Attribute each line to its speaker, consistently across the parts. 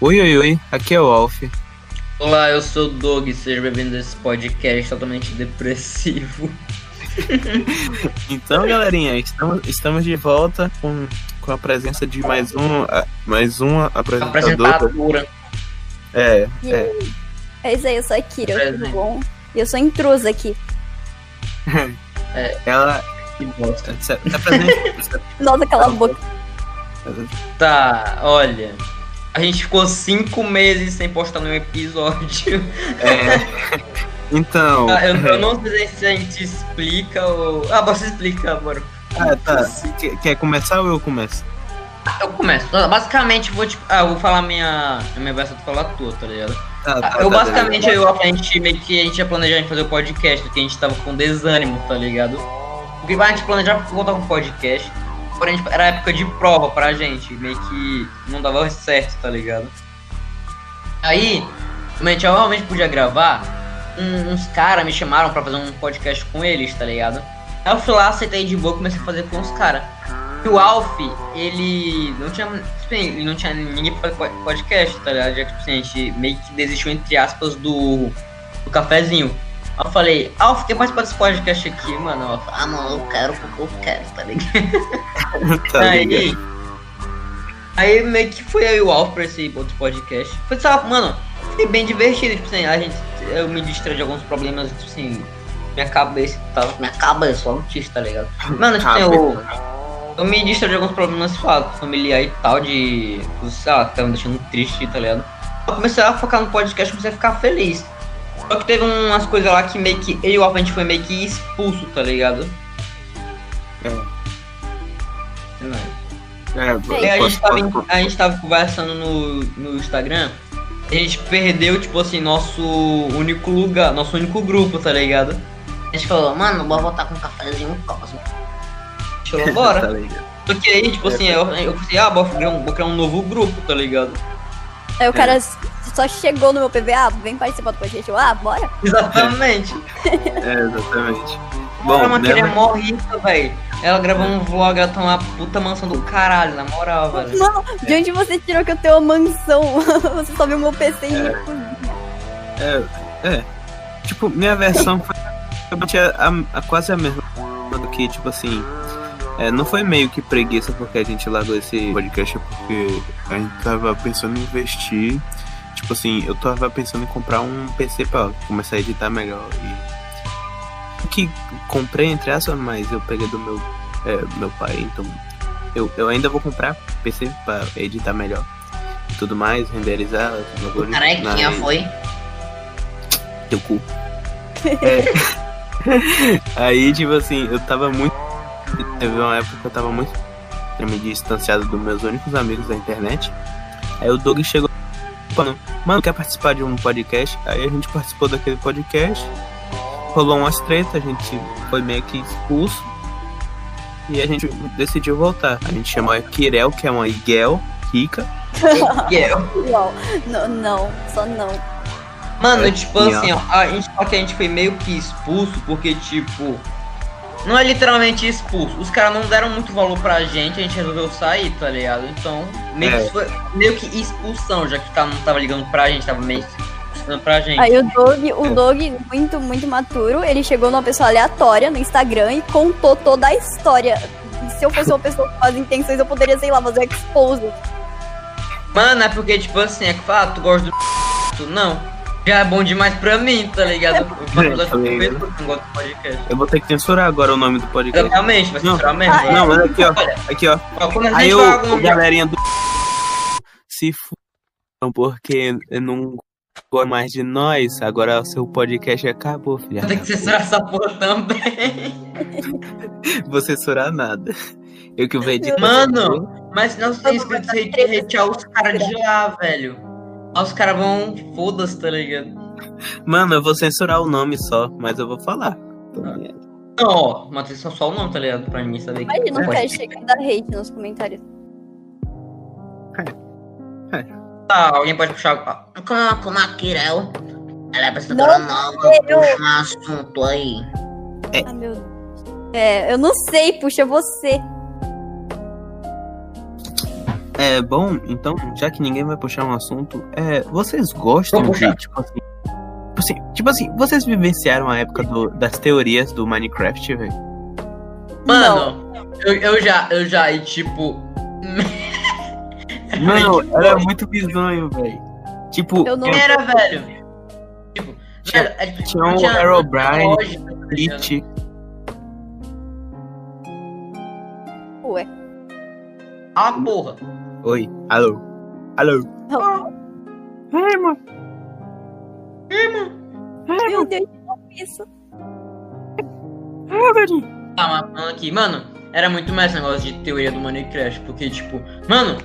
Speaker 1: Oi, oi, oi, aqui é o Alf.
Speaker 2: Olá, eu sou o Doug, seja bem-vindo a esse podcast totalmente depressivo.
Speaker 1: Então, galerinha, estamos, estamos de volta com, com a presença de mais um, a- mais uma
Speaker 2: Tá
Speaker 1: apresentadora.
Speaker 2: Apresentadora.
Speaker 1: É,
Speaker 3: E aí? É isso aí, eu sou a Kira, tudo
Speaker 2: Presente.
Speaker 3: bom? E eu sou intrusa aqui.
Speaker 1: ela
Speaker 2: Que bosta.
Speaker 1: se, se apresenta. se-
Speaker 3: Nossa, cala a boca.
Speaker 2: Tá, olha. A gente ficou cinco meses sem postar nenhum episódio.
Speaker 1: é, então,
Speaker 2: Ah, eu, eu não sei se a gente explica ou. Ah, você explica, mano.
Speaker 1: ah, tá. Quer, quer começar ou eu começo?
Speaker 2: Eu começo. Basicamente, vou te. Ah, eu vou falar minha. A minha versão, tu falar a tua, tá ligado?
Speaker 1: Tá, tá,
Speaker 2: Ah, eu
Speaker 1: tá,
Speaker 2: basicamente, eu, a gente meio que a gente ia planejar em fazer o podcast, porque a gente tava com desânimo, tá ligado? Porque a gente planejava voltar com o podcast, porém tipo, era época de prova pra gente, meio que não dava certo, tá ligado? Aí, a gente realmente podia gravar, um- uns caras me chamaram pra fazer um podcast com eles, tá ligado? Aí eu fui lá, aceitei de boa e comecei a fazer com os caras. E o Alf, ele não tinha. tipo assim, Ele não tinha ninguém pra fazer po- podcast, tá ligado? Já que tipo assim, a gente meio que desistiu, entre aspas, do, do cafezinho. Aí eu falei, Alf, quer participar desse podcast aqui, mano? Ela falou, ah, mano, eu quero porque eu quero, tá ligado?
Speaker 1: Tá, ligado.
Speaker 2: aí, aí meio que foi eu e o Alf pra esse outro podcast. Foi, sabe, mano, foi bem divertido, tipo assim, a gente, eu me distraí de alguns problemas, tipo assim, minha cabeça tava minha cabeça, só autista, tá ligado? Mano, tipo assim, eu, eu me distraí de alguns problemas tipo, sei lá, familiar e tal, de, sei lá, que tava me deixando triste, tá ligado? Eu comecei a focar no podcast, comecei a ficar feliz. Só que teve umas coisas lá que meio que eu e o Alf, a gente foi meio que expulso, tá ligado? Não.
Speaker 1: É,
Speaker 2: É, a, gente
Speaker 1: posso-
Speaker 2: tava,
Speaker 1: posso-
Speaker 2: a gente tava conversando no, no Instagram. A gente perdeu, tipo assim, nosso único lugar, nosso único grupo, tá ligado? A gente falou, mano, bora voltar com um cafezinho cosmo. A gente falou,
Speaker 1: Tá
Speaker 2: bora.
Speaker 1: ligado.
Speaker 2: Só que aí, tipo assim, eu, eu pensei, ah, bora criar, um, vou criar um novo grupo, tá ligado?
Speaker 3: Aí o cara s- só chegou no meu PVA, vem participar do podcast. Eu, ah, bora?
Speaker 2: Exatamente.
Speaker 1: É, exatamente.
Speaker 2: Bom,
Speaker 1: Bom,
Speaker 2: uma queria
Speaker 1: né,
Speaker 2: mó rica, velho. Ela gravou um vlog, ela tá uma puta mansão do caralho, na moral, velho.
Speaker 3: Mano, de onde você tirou que eu tenho uma mansão? você só viu meu PC e
Speaker 1: tipo, minha versão foi basicamente a, a- a- quase a mesma do que, tipo assim. é, não foi meio que preguiça porque a gente largou esse podcast, é porque a gente tava pensando em investir. Tipo assim, eu tava pensando em comprar um PC pra começar a editar melhor. E... Que comprei, entre aspas, mas eu peguei do meu, é, meu pai, então eu, eu ainda vou comprar PC pra editar melhor. e Tudo mais, renderizar, os bagulhos. Mas-
Speaker 2: foi?
Speaker 1: teu cu. É. Aí, tipo assim, eu tava muito. Teve uma época que eu tava muito. Eu me distanciado dos meus únicos amigos da internet. Aí o Doug chegou falando: Mano, quer participar de um podcast? Aí a gente participou daquele podcast. Rolou umas tretas, a gente foi meio que expulso. E a gente decidiu voltar. A gente chamou a Kirel, que é uma Igel rica.
Speaker 2: Yeah.
Speaker 3: Uau. Não, não, só não.
Speaker 2: Mano,
Speaker 1: É,
Speaker 2: tipo
Speaker 1: e, ó.
Speaker 2: assim, ó, a gente só que a gente foi meio que expulso, porque, tipo, não é literalmente expulso. Os caras não deram muito valor pra gente, a gente resolveu sair, tá ligado? Então, meio,
Speaker 1: É.
Speaker 2: que, foi- meio que expulsão, já que o cara não tava ligando pra gente, tava meio que expulsando pra gente.
Speaker 3: Aí o Doug, o Doug, muito, muito maturo, ele chegou numa pessoa aleatória no Instagram e contou toda a história. E se eu fosse uma pessoa com as intenções, eu poderia, sei lá, fazer um expose.
Speaker 2: Mano, é porque, tipo assim, é que fala, ah, tu gosta do tu não. Já é bom demais pra mim, tá ligado? Eu faço episódio
Speaker 1: tá
Speaker 2: com
Speaker 1: ligado.
Speaker 2: pessoa que não gosta do podcast.
Speaker 1: Eu vou ter que censurar agora o nome do podcast.
Speaker 2: Realmente, vai ser
Speaker 1: Não.
Speaker 2: pra merda.
Speaker 3: Ah, é.
Speaker 1: Não, mas aqui ó,
Speaker 2: Olha,
Speaker 1: aqui ó.
Speaker 2: ó, quando a
Speaker 1: Aí
Speaker 2: gente
Speaker 1: eu,
Speaker 2: fala algum
Speaker 1: galerinha do se foram porque não gosta mais de nós. Agora seu podcast acabou, filha.
Speaker 2: tem que censurar essa porra também.
Speaker 1: Vou censurar nada. Eu que vou editar.
Speaker 2: Mano! Mas não tem inscritos
Speaker 3: Vamos botar
Speaker 2: hate- hatear os caras de lá, velho. Aí os caras vão. Foda-se, tá ligado?
Speaker 1: Mano, eu vou censurar o nome só, mas eu vou falar.
Speaker 2: Não, ó, mas é só- só o nome, tá ligado? Pra ninguém saber. que-
Speaker 3: Imagina o
Speaker 2: Pode-
Speaker 3: cara chegando a hate nos comentários.
Speaker 2: Tá, alguém pode puxar. Ah, Como, como a Kirel. Ela é
Speaker 3: apresentadora
Speaker 2: nova,
Speaker 3: eu-
Speaker 2: um assunto aí.
Speaker 3: Ah, meu Deus. É, eu não sei, puxa você.
Speaker 1: É bom, então, já que ninguém vai puxar um assunto, é, vocês gostam
Speaker 2: Vou puxar.
Speaker 1: de, tipo assim, tipo assim. Tipo assim, vocês vivenciaram a época do- das teorias do Minecraft, velho?
Speaker 2: Mano, eu, eu já, eu já, e tipo.
Speaker 1: Mano,
Speaker 2: que
Speaker 1: era
Speaker 2: bom.
Speaker 1: muito bizonho, velho. Tipo,
Speaker 3: Eu não-
Speaker 1: é,
Speaker 2: Era, velho. Tipo,
Speaker 1: Tinha-
Speaker 2: velho, é, tipo,
Speaker 1: tinha
Speaker 2: não
Speaker 1: um
Speaker 2: tinha
Speaker 1: Herobrine,
Speaker 2: lógica, tá ligado?
Speaker 1: It,
Speaker 3: Ué.
Speaker 2: Ah, porra.
Speaker 1: Oi, alô. Alô. Ei, mano.
Speaker 3: Meu Deus, não isso.
Speaker 2: Tá, mas falando aqui, mano, era muito mais esse negócio de teoria do Minecraft, porque, tipo, mano,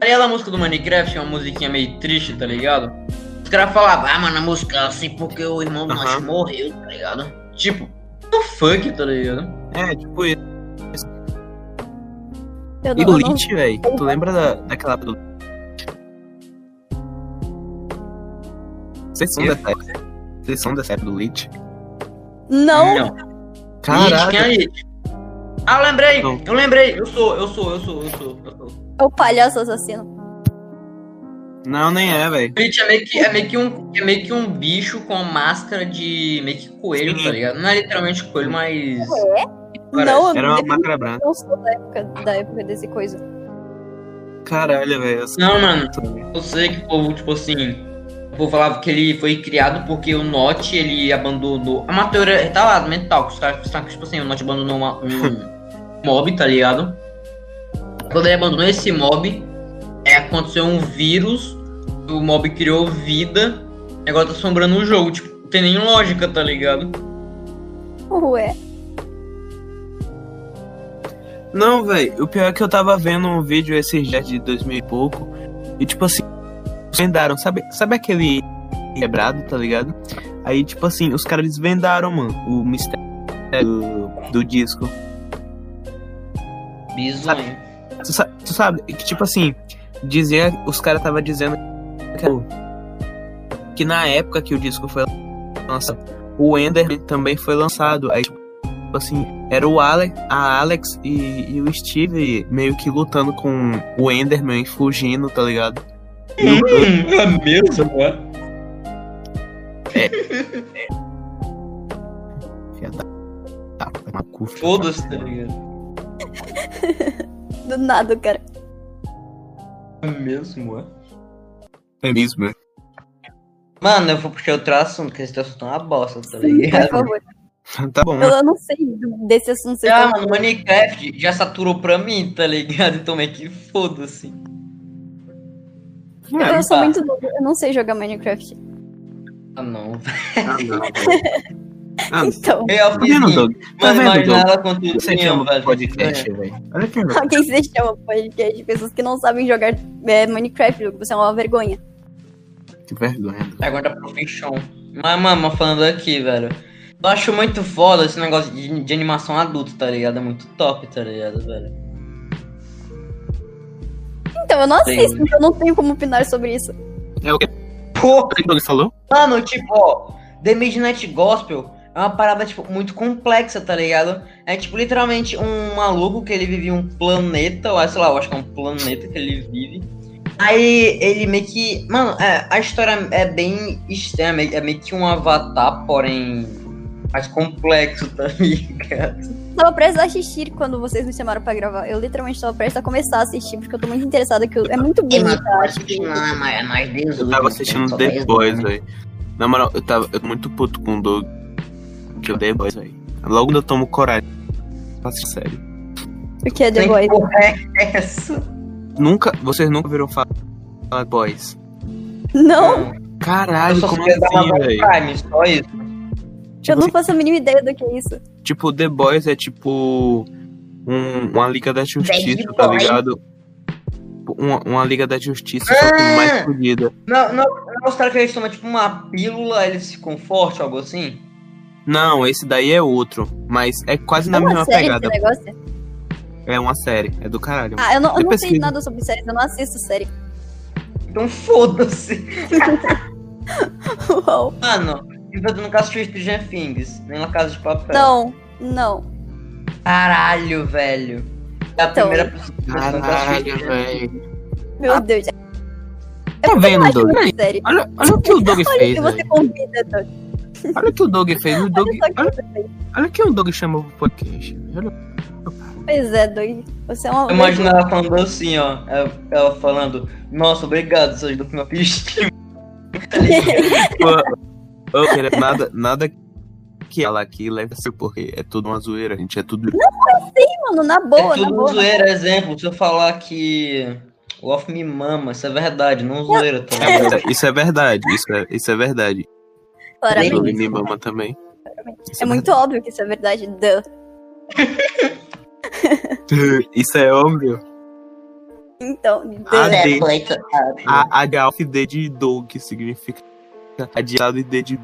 Speaker 2: aquela música do Minecraft é uma musiquinha meio triste, tá ligado? Os caras falavam, ah, mano, a música é assim porque o irmão do
Speaker 1: Aham.
Speaker 2: Nash morreu, tá ligado? Tipo, what the fuck, tá ligado?
Speaker 1: É, tipo isso.
Speaker 3: Eu não,
Speaker 1: E o
Speaker 3: eu não-
Speaker 1: Lich, velho. Tu lembra da, daquela do. Vocês são
Speaker 2: Eu-
Speaker 1: da série. Vocês são da série do Lich?
Speaker 3: não,
Speaker 2: It, quem é It? Ah, eu lembrei,
Speaker 1: Não.
Speaker 2: eu lembrei, eu sou, eu sou, eu sou, eu sou, eu sou.
Speaker 3: é o palhaço assassino.
Speaker 1: Não, nem é, velho.
Speaker 2: It é meio, que, é, meio que um, é meio que um bicho com a máscara de meio que coelho,
Speaker 1: Sim.
Speaker 2: tá ligado? Não é literalmente coelho, mas.
Speaker 3: Ué?
Speaker 2: parece.
Speaker 3: Não,
Speaker 1: Era uma
Speaker 3: eu
Speaker 1: macra branca.
Speaker 3: não sou da época, da época desse coisa.
Speaker 1: Caralho, velho. eu sou-
Speaker 2: Não, mano. Eu sei que o povo, tipo assim, o povo falava que ele foi criado porque o Notch, ele abandonou. É uma teoria retalada, mental, que os caras pensavam que, tipo assim, o Notch abandonou uma- um mob, tá ligado? Quando ele abandonou esse mob, é, aconteceu um vírus, o mob criou vida, e agora tá assombrando o jogo, tipo, não tem nem lógica, tá ligado?
Speaker 3: Ué.
Speaker 1: Não, velho. O pior é que eu tava vendo um vídeo esses dias de 2000 e pouco. E tipo assim, vendaram. Sabe, sabe aquele quebrado, tá ligado? Aí, tipo assim, os caras desvendaram, mano, o mistério do, do disco.
Speaker 2: Bizonho.
Speaker 1: Tu, sa- tu sabe que, tipo assim, dizia, os caras tava dizendo que, que na época que o disco foi lançado, o Enderman também foi lançado. Aí, tipo assim, era o Ale, a Alex e, e o Steve meio que lutando com o Enderman e fugindo, tá ligado? E o-
Speaker 2: é mesmo, mano?
Speaker 1: Filha da- tá, foi uma cu, filha da-
Speaker 2: Foda-se, tá ligado?
Speaker 3: Do nada, cara.
Speaker 2: É mesmo, é.
Speaker 1: É mesmo, né?
Speaker 2: Mano, eu vou puxar outro assunto, porque esse assunto é uma bosta, tá
Speaker 3: Por
Speaker 2: ligado?
Speaker 3: favor.
Speaker 1: Tá bom.
Speaker 3: Eu, eu não sei do- desse assunto. tá- sei
Speaker 2: Ah,
Speaker 3: tanto.
Speaker 2: mano, Minecraft já saturou pra mim, tá ligado? Então meio que foda-se.
Speaker 3: eu,
Speaker 1: É,
Speaker 3: sou
Speaker 2: tá.
Speaker 3: muito novo, eu não sei jogar Minecraft.
Speaker 2: Ah,
Speaker 1: ah,
Speaker 2: não.
Speaker 1: não, velho. Ah, não.
Speaker 3: Então,
Speaker 2: Eu
Speaker 1: Tá
Speaker 2: fiz
Speaker 1: vendo,
Speaker 2: isso. é
Speaker 1: Doug? Tá
Speaker 2: Mano,
Speaker 1: vendo,
Speaker 2: imagina
Speaker 1: Doug?
Speaker 2: ela com tudo
Speaker 1: Você chama
Speaker 2: velho.
Speaker 1: podcast, velho. Olha que louco.
Speaker 3: quem se chama podcast de pessoas que não sabem jogar é, Minecraft, Lucas, você é uma vergonha.
Speaker 1: Que vergonha.
Speaker 2: Pergunta É. pro Fichon. Mas, mano, mas falando aqui, velho. Eu acho muito foda esse negócio de, de animação adulta, tá ligado? É muito top, tá ligado, velho?
Speaker 3: Então, eu não
Speaker 2: Sim.
Speaker 3: assisto, então eu não tenho como opinar sobre isso.
Speaker 1: É o que
Speaker 2: Porra!
Speaker 1: o Doug falou?
Speaker 2: Mano, tipo, ó, The Midnight Gospel é uma parada, tipo, muito complexa, tá ligado? É, tipo, literalmente um maluco que ele vive em um planeta, ou sei lá, eu acho que é um planeta que ele vive. Aí ele meio que. Mano, é, a história é bem estranha, é meio- é meio que um avatar, porém mais complexo, tá ligado?
Speaker 3: Tava prestes a assistir quando vocês me chamaram pra gravar. Eu literalmente tava prestes a começar a assistir, porque eu tô muito interessada. Que eu- É muito bonito. eu acho que-
Speaker 2: é mais
Speaker 1: Eu tava
Speaker 2: né? é
Speaker 1: assistindo The Boys, velho. Na moral, eu tava eu tô muito puto com o Doug. Que eu The Boys, velho. Logo eu tomo coragem. Faça sério.
Speaker 3: O que é The
Speaker 2: Que
Speaker 3: Voice?
Speaker 2: porra é essa?
Speaker 1: Nunca, vocês nunca viram falar falar Boys.
Speaker 3: Não,
Speaker 1: Caralho,
Speaker 2: só
Speaker 1: como
Speaker 2: sei é da
Speaker 1: assim,
Speaker 2: Amazon
Speaker 1: velho?
Speaker 2: Prime, só isso.
Speaker 4: É,
Speaker 3: eu
Speaker 1: Tipo,
Speaker 3: não faço a mínima ideia do que é isso.
Speaker 1: assim, tipo, The Boys é tipo um- uma Liga da Justiça,
Speaker 2: Bad
Speaker 1: tá
Speaker 2: Boys.
Speaker 1: ligado? Tipo, Uma, uma Liga da Justiça, só que
Speaker 2: Ah!
Speaker 1: mais fodida.
Speaker 2: Não, não, não, os caras que eles tomam tipo uma pílula, eles ficam fortes, algo assim.
Speaker 1: Não, esse daí é outro. Mas é quase na
Speaker 3: é uma
Speaker 1: mesma
Speaker 3: série
Speaker 2: né?
Speaker 1: pegada.
Speaker 3: esse negócio?
Speaker 1: É uma série. É do caralho.
Speaker 3: Ah, eu não, eu não sei
Speaker 1: Depressivo.
Speaker 3: nada sobre séries, eu não assisto série.
Speaker 2: Então foda-se.
Speaker 3: Uau.
Speaker 2: Mano, então tu nunca assistiu Stranger Things, nem na Casa de Papel.
Speaker 3: Não, não.
Speaker 2: Caralho, velho. É a
Speaker 3: Então.
Speaker 2: primeira pessoa que tá eu nunca assisti
Speaker 1: Caralho,
Speaker 2: Stranger
Speaker 1: velho.
Speaker 2: Things.
Speaker 3: Meu
Speaker 2: Ah.
Speaker 3: Deus. É
Speaker 4: Tá
Speaker 3: porque eu
Speaker 4: vendo,
Speaker 3: acho
Speaker 4: Doug?
Speaker 3: uma série.
Speaker 4: Olha, olha o que o Doug
Speaker 3: Olha o
Speaker 4: fez.
Speaker 3: que você
Speaker 4: velho.
Speaker 3: convida, Doug.
Speaker 4: Olha o que o Doug fez. O Doug,
Speaker 3: Olha só o que
Speaker 4: olha,
Speaker 3: você fez.
Speaker 4: olha quem o Doug chamou pro podcast. Olha,
Speaker 3: Pois é, Doug. Você é uma.
Speaker 2: Eu imagino ela falando assim, ó. Ela, ela falando, nossa, obrigado, seus do meu Tá pistinho.
Speaker 1: Ô, querida, nada, nada que ela aqui leve a ser, porque é tudo uma zoeira, gente. É tudo.
Speaker 3: Mano, na
Speaker 2: É
Speaker 3: boa, na
Speaker 2: tudo
Speaker 3: boa.
Speaker 2: zoeira, exemplo. Se eu falar que o off me mama, isso é verdade, não zoeira, tá
Speaker 1: É verdade, Isso é verdade. Isso é, isso é verdade.
Speaker 3: Claramente.
Speaker 1: O Nibama também. Isso
Speaker 3: É muito óbvio que isso é verdade. Duh.
Speaker 1: verdade. Isso é óbvio.
Speaker 3: Então, duh.
Speaker 1: Ah,
Speaker 3: é.
Speaker 1: de- A H D de Doug que significa adiado e D de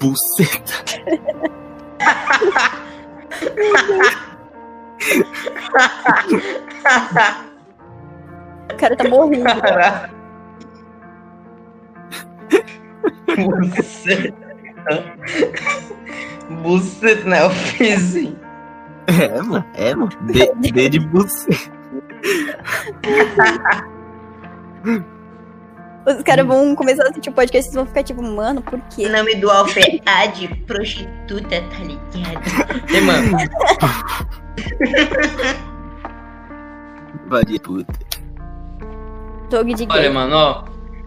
Speaker 1: buceta. Ah.
Speaker 3: O cara tá morrendo.
Speaker 2: Caraca. Buceta. Buceta, né? Eu fiz assim.
Speaker 1: É, mano. É, mano. D, D de buceta.
Speaker 3: Os caras vão começar a assistir o podcast e vão ficar tipo, mano, por quê?
Speaker 5: nome do alfa é Ad Prostituta, tá ligado?
Speaker 2: E, mano,
Speaker 1: Vai de puta.
Speaker 3: Doug de
Speaker 2: olha,
Speaker 3: gay.
Speaker 2: mano, ó.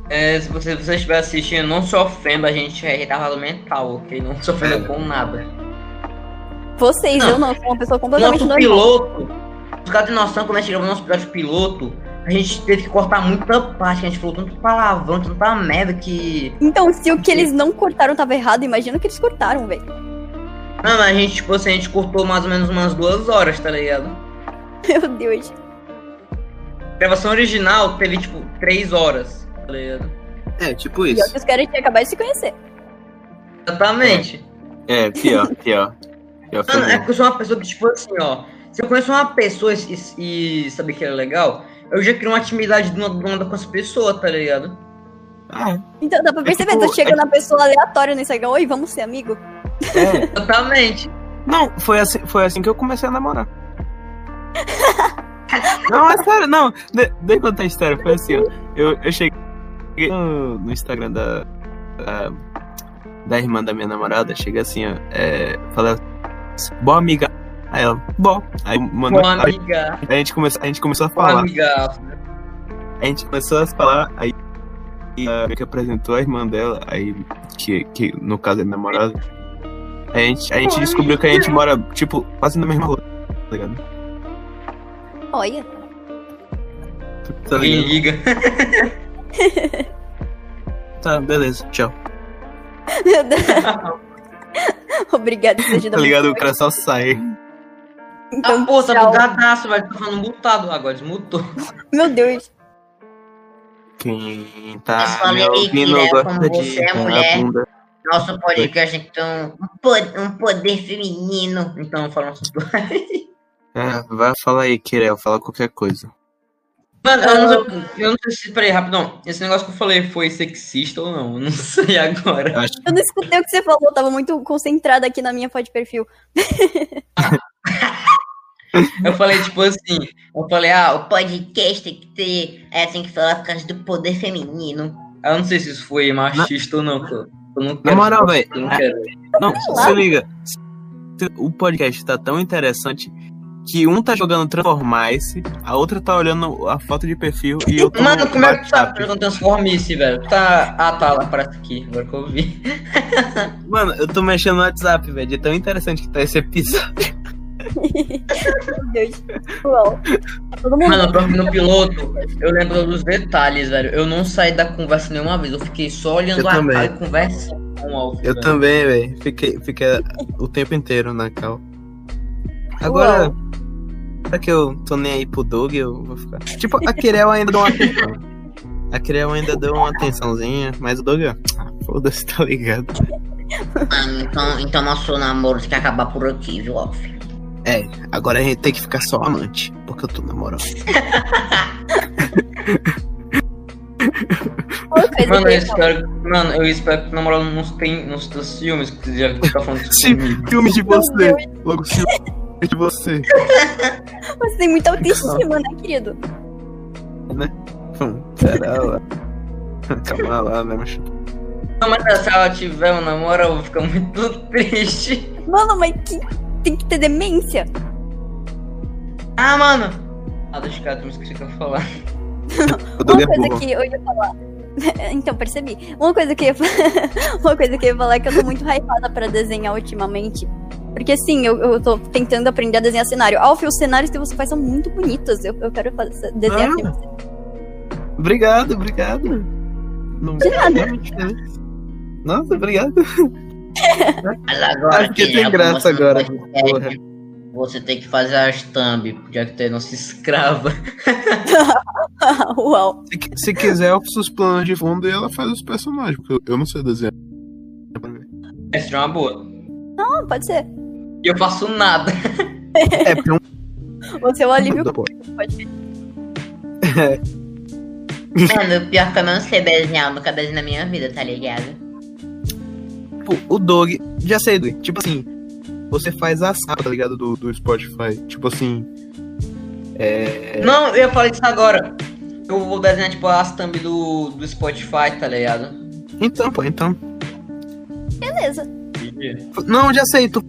Speaker 2: é, se você, se você estiver assistindo, não se ofenda, a gente é retardado mental, ok? Não se ofenda
Speaker 1: É.
Speaker 2: com nada.
Speaker 3: Vocês,
Speaker 2: Não.
Speaker 3: eu não, sou uma pessoa completamente
Speaker 2: Nosso
Speaker 3: normal.
Speaker 2: piloto, os caras têm noção, quando nós chegamos no nosso episódio piloto, a gente teve que cortar muita parte, que a gente falou tanto palavrão, tanta merda que.
Speaker 3: Então, se o que eles não cortaram tava errado, imagina o que eles cortaram, velho.
Speaker 2: Não, mas a gente, tipo assim, a gente cortou mais ou menos umas duas horas, tá ligado?
Speaker 3: Meu Deus.
Speaker 2: gravação original teve, tipo, três horas. tá ligado?
Speaker 1: É, tipo
Speaker 3: Pior
Speaker 1: isso.
Speaker 3: que os caras tinham acabado de se conhecer.
Speaker 2: Exatamente.
Speaker 1: É, pior, pior. Pior
Speaker 2: Mano, é
Speaker 1: também.
Speaker 2: porque eu sou uma pessoa que, tipo assim, ó. Se eu conheço uma pessoa e, e, e saber que ela é legal, eu já crio uma intimidade do nada- do nada com essa pessoa, tá ligado?
Speaker 1: Ah,
Speaker 3: Então dá pra perceber,
Speaker 1: tipo-
Speaker 3: tu chega na pessoa aleatória no Instagram, oi, vamos ser amigo?
Speaker 1: é.
Speaker 2: Exatamente.
Speaker 1: Não, foi assim, foi assim que eu comecei a namorar. não, é sério, não. De, deixa eu contar a história. Foi assim, ó. Eu, eu cheguei no, no Instagram da, da, da irmã da minha namorada, chega assim, ó. É, falei assim, boa amiga. Aí ela, bom. Aí
Speaker 2: Com
Speaker 1: mandou.
Speaker 2: uma
Speaker 1: Aí
Speaker 2: amiga.
Speaker 1: a gente, começou, a gente começou a
Speaker 2: Com uma
Speaker 1: falar.
Speaker 2: amiga.
Speaker 1: A gente começou a falar, aí e a que apresentou a irmã dela, aí que, que no caso é a namorada. A gente, a gente descobriu que a gente mora, tipo, quase na mesma rua, tá ligado?
Speaker 3: Olha.
Speaker 1: Tá,
Speaker 2: Quem
Speaker 1: ligado?
Speaker 2: liga.
Speaker 1: Tá, beleza, tchau.
Speaker 3: Meu Deus. Obrigada, isso ajuda
Speaker 1: Tá ligado? O
Speaker 3: muito.
Speaker 1: cara só sai.
Speaker 3: Então,
Speaker 2: Ah, pô, tá
Speaker 3: tchau.
Speaker 2: bugadaço, velho. Tá falando mutado agora, desmutou.
Speaker 3: Meu Deus.
Speaker 1: Quem
Speaker 5: Eu
Speaker 1: tá
Speaker 5: só
Speaker 1: me
Speaker 5: me
Speaker 1: ouvindo
Speaker 5: liquida,
Speaker 1: gosta
Speaker 5: como
Speaker 1: de
Speaker 5: você é
Speaker 1: dar na
Speaker 5: mulher.
Speaker 1: bunda.
Speaker 5: Nosso podcast tem um, po- um poder feminino.
Speaker 2: Então, falando assim.
Speaker 1: Ah, vai falar aí, Kirel, fala qualquer coisa.
Speaker 2: Mano, eu não, sei, eu não sei se. Peraí, rapidão. Esse negócio que eu falei foi sexista ou não? Eu não sei agora.
Speaker 1: Eu acho
Speaker 3: Eu não escutei o que você falou, tava muito concentrada aqui na minha foto de perfil.
Speaker 2: Eu falei, tipo assim, eu falei, ah, o-
Speaker 5: Podcast tem que ter. É, tem que falar por causa do poder feminino.
Speaker 2: eu não sei se isso foi machista ou não, que eu eu não
Speaker 1: Na
Speaker 2: quero.
Speaker 1: moral, velho.
Speaker 2: eu não quero.
Speaker 1: Não, se liga. O podcast tá tão interessante que um tá jogando Transformice, a outra tá olhando a foto de perfil e eu tô
Speaker 2: Mano,
Speaker 1: no
Speaker 2: como é que tu tá
Speaker 1: WhatsApp.
Speaker 2: jogando Transformice, velho? Tá. Ah, tá, lá parece aqui, agora que eu vi.
Speaker 1: Mano, eu tô mexendo no WhatsApp, velho. de tão interessante que tá esse episódio.
Speaker 3: Meu Deus. Uau. Tá Todo mundo.
Speaker 2: Mano, pra- no piloto, eu lembro dos detalhes, velho. Eu não saí da conversa nenhuma vez, eu fiquei só olhando
Speaker 1: Eu
Speaker 2: a
Speaker 1: também.
Speaker 2: cara e conversando com o Alf. velho.
Speaker 1: também, velho. Fiquei, fiquei o tempo inteiro na cal.
Speaker 3: Agora,
Speaker 1: já que eu tô nem aí pro Doug, eu vou ficar. Tipo, a Kirel ainda dá uma atenção. A Kirel ainda deu uma atençãozinha, mas o Doug, ó. ah, Foda-se, tá ligado?
Speaker 5: Mano, então, então nosso namoro tem que acabar por aqui, viu, Alf?
Speaker 1: Agora a gente tem que ficar só amante, porque eu tô namorando.
Speaker 3: Outra coisa
Speaker 2: Mano, é eu
Speaker 3: que eu ia falar.
Speaker 2: espero, mano, eu espero que o namorado não tenha nos teus filmes, que você já fica falando isso
Speaker 1: Sim.
Speaker 2: comigo.
Speaker 1: Filme de
Speaker 3: Meu
Speaker 1: você. Logo filme de você.
Speaker 3: Você tem muita autoestima, né, querido?
Speaker 1: né? Hum, Pera lá. Calma lá, né, macho?
Speaker 2: Não, mas se ela tiver um namoro, eu vou ficar muito triste.
Speaker 3: Mano, mas que- tem que ter demência.
Speaker 2: Ah, mano. Ah, deixa eu ficar, me esqueci o que eu ia falar.
Speaker 1: O Doug
Speaker 3: Uma
Speaker 1: é
Speaker 3: coisa
Speaker 1: burro.
Speaker 3: que eu ia falar. Então, percebi. Uma coisa, que eu ia... fa- Uma coisa que eu ia falar é que eu tô muito hypada pra desenhar ultimamente. Porque, sim, eu, eu tô tentando aprender a desenhar cenário. Alf, os cenários que você faz são muito bonitos. Eu, eu quero fazer, desenhar
Speaker 1: Ah.
Speaker 3: aqui.
Speaker 1: Obrigado, obrigado. Não, né?
Speaker 3: De nada.
Speaker 1: Nossa, obrigado.
Speaker 5: Mas agora
Speaker 1: Ah, porque
Speaker 5: que
Speaker 1: tem
Speaker 5: é pra
Speaker 1: graça
Speaker 5: você
Speaker 1: agora,
Speaker 5: no
Speaker 3: É.
Speaker 1: porra.
Speaker 5: podcast, Você tem é que fazer as thumb, já que tu é nossa escrava.
Speaker 3: Uau.
Speaker 1: Se, qui- se quiser, eu faço os planos de fundo e ela
Speaker 6: Ela faz os personagens, porque eu- eu não sei desenhar.
Speaker 2: Essa é uma boa.
Speaker 3: Ah, pode ser.
Speaker 2: E eu faço nada.
Speaker 1: é porque é um
Speaker 3: Você é o alívio
Speaker 1: do pote.
Speaker 5: Mano, pior é que eu não sei desenhar, nunca desenhei na minha vida, tá ligado?
Speaker 1: Tipo, O Doug, já sei, Doug. Tipo assim, você faz a sala, tá ligado? Do, do Spotify. Tipo assim.
Speaker 2: Não, eu ia falar isso agora. Eu vou desenhar, tipo, as thumb do, do Spotify, tá ligado?
Speaker 1: Então, pô, então.
Speaker 3: Beleza.
Speaker 1: Não, já sei, tu.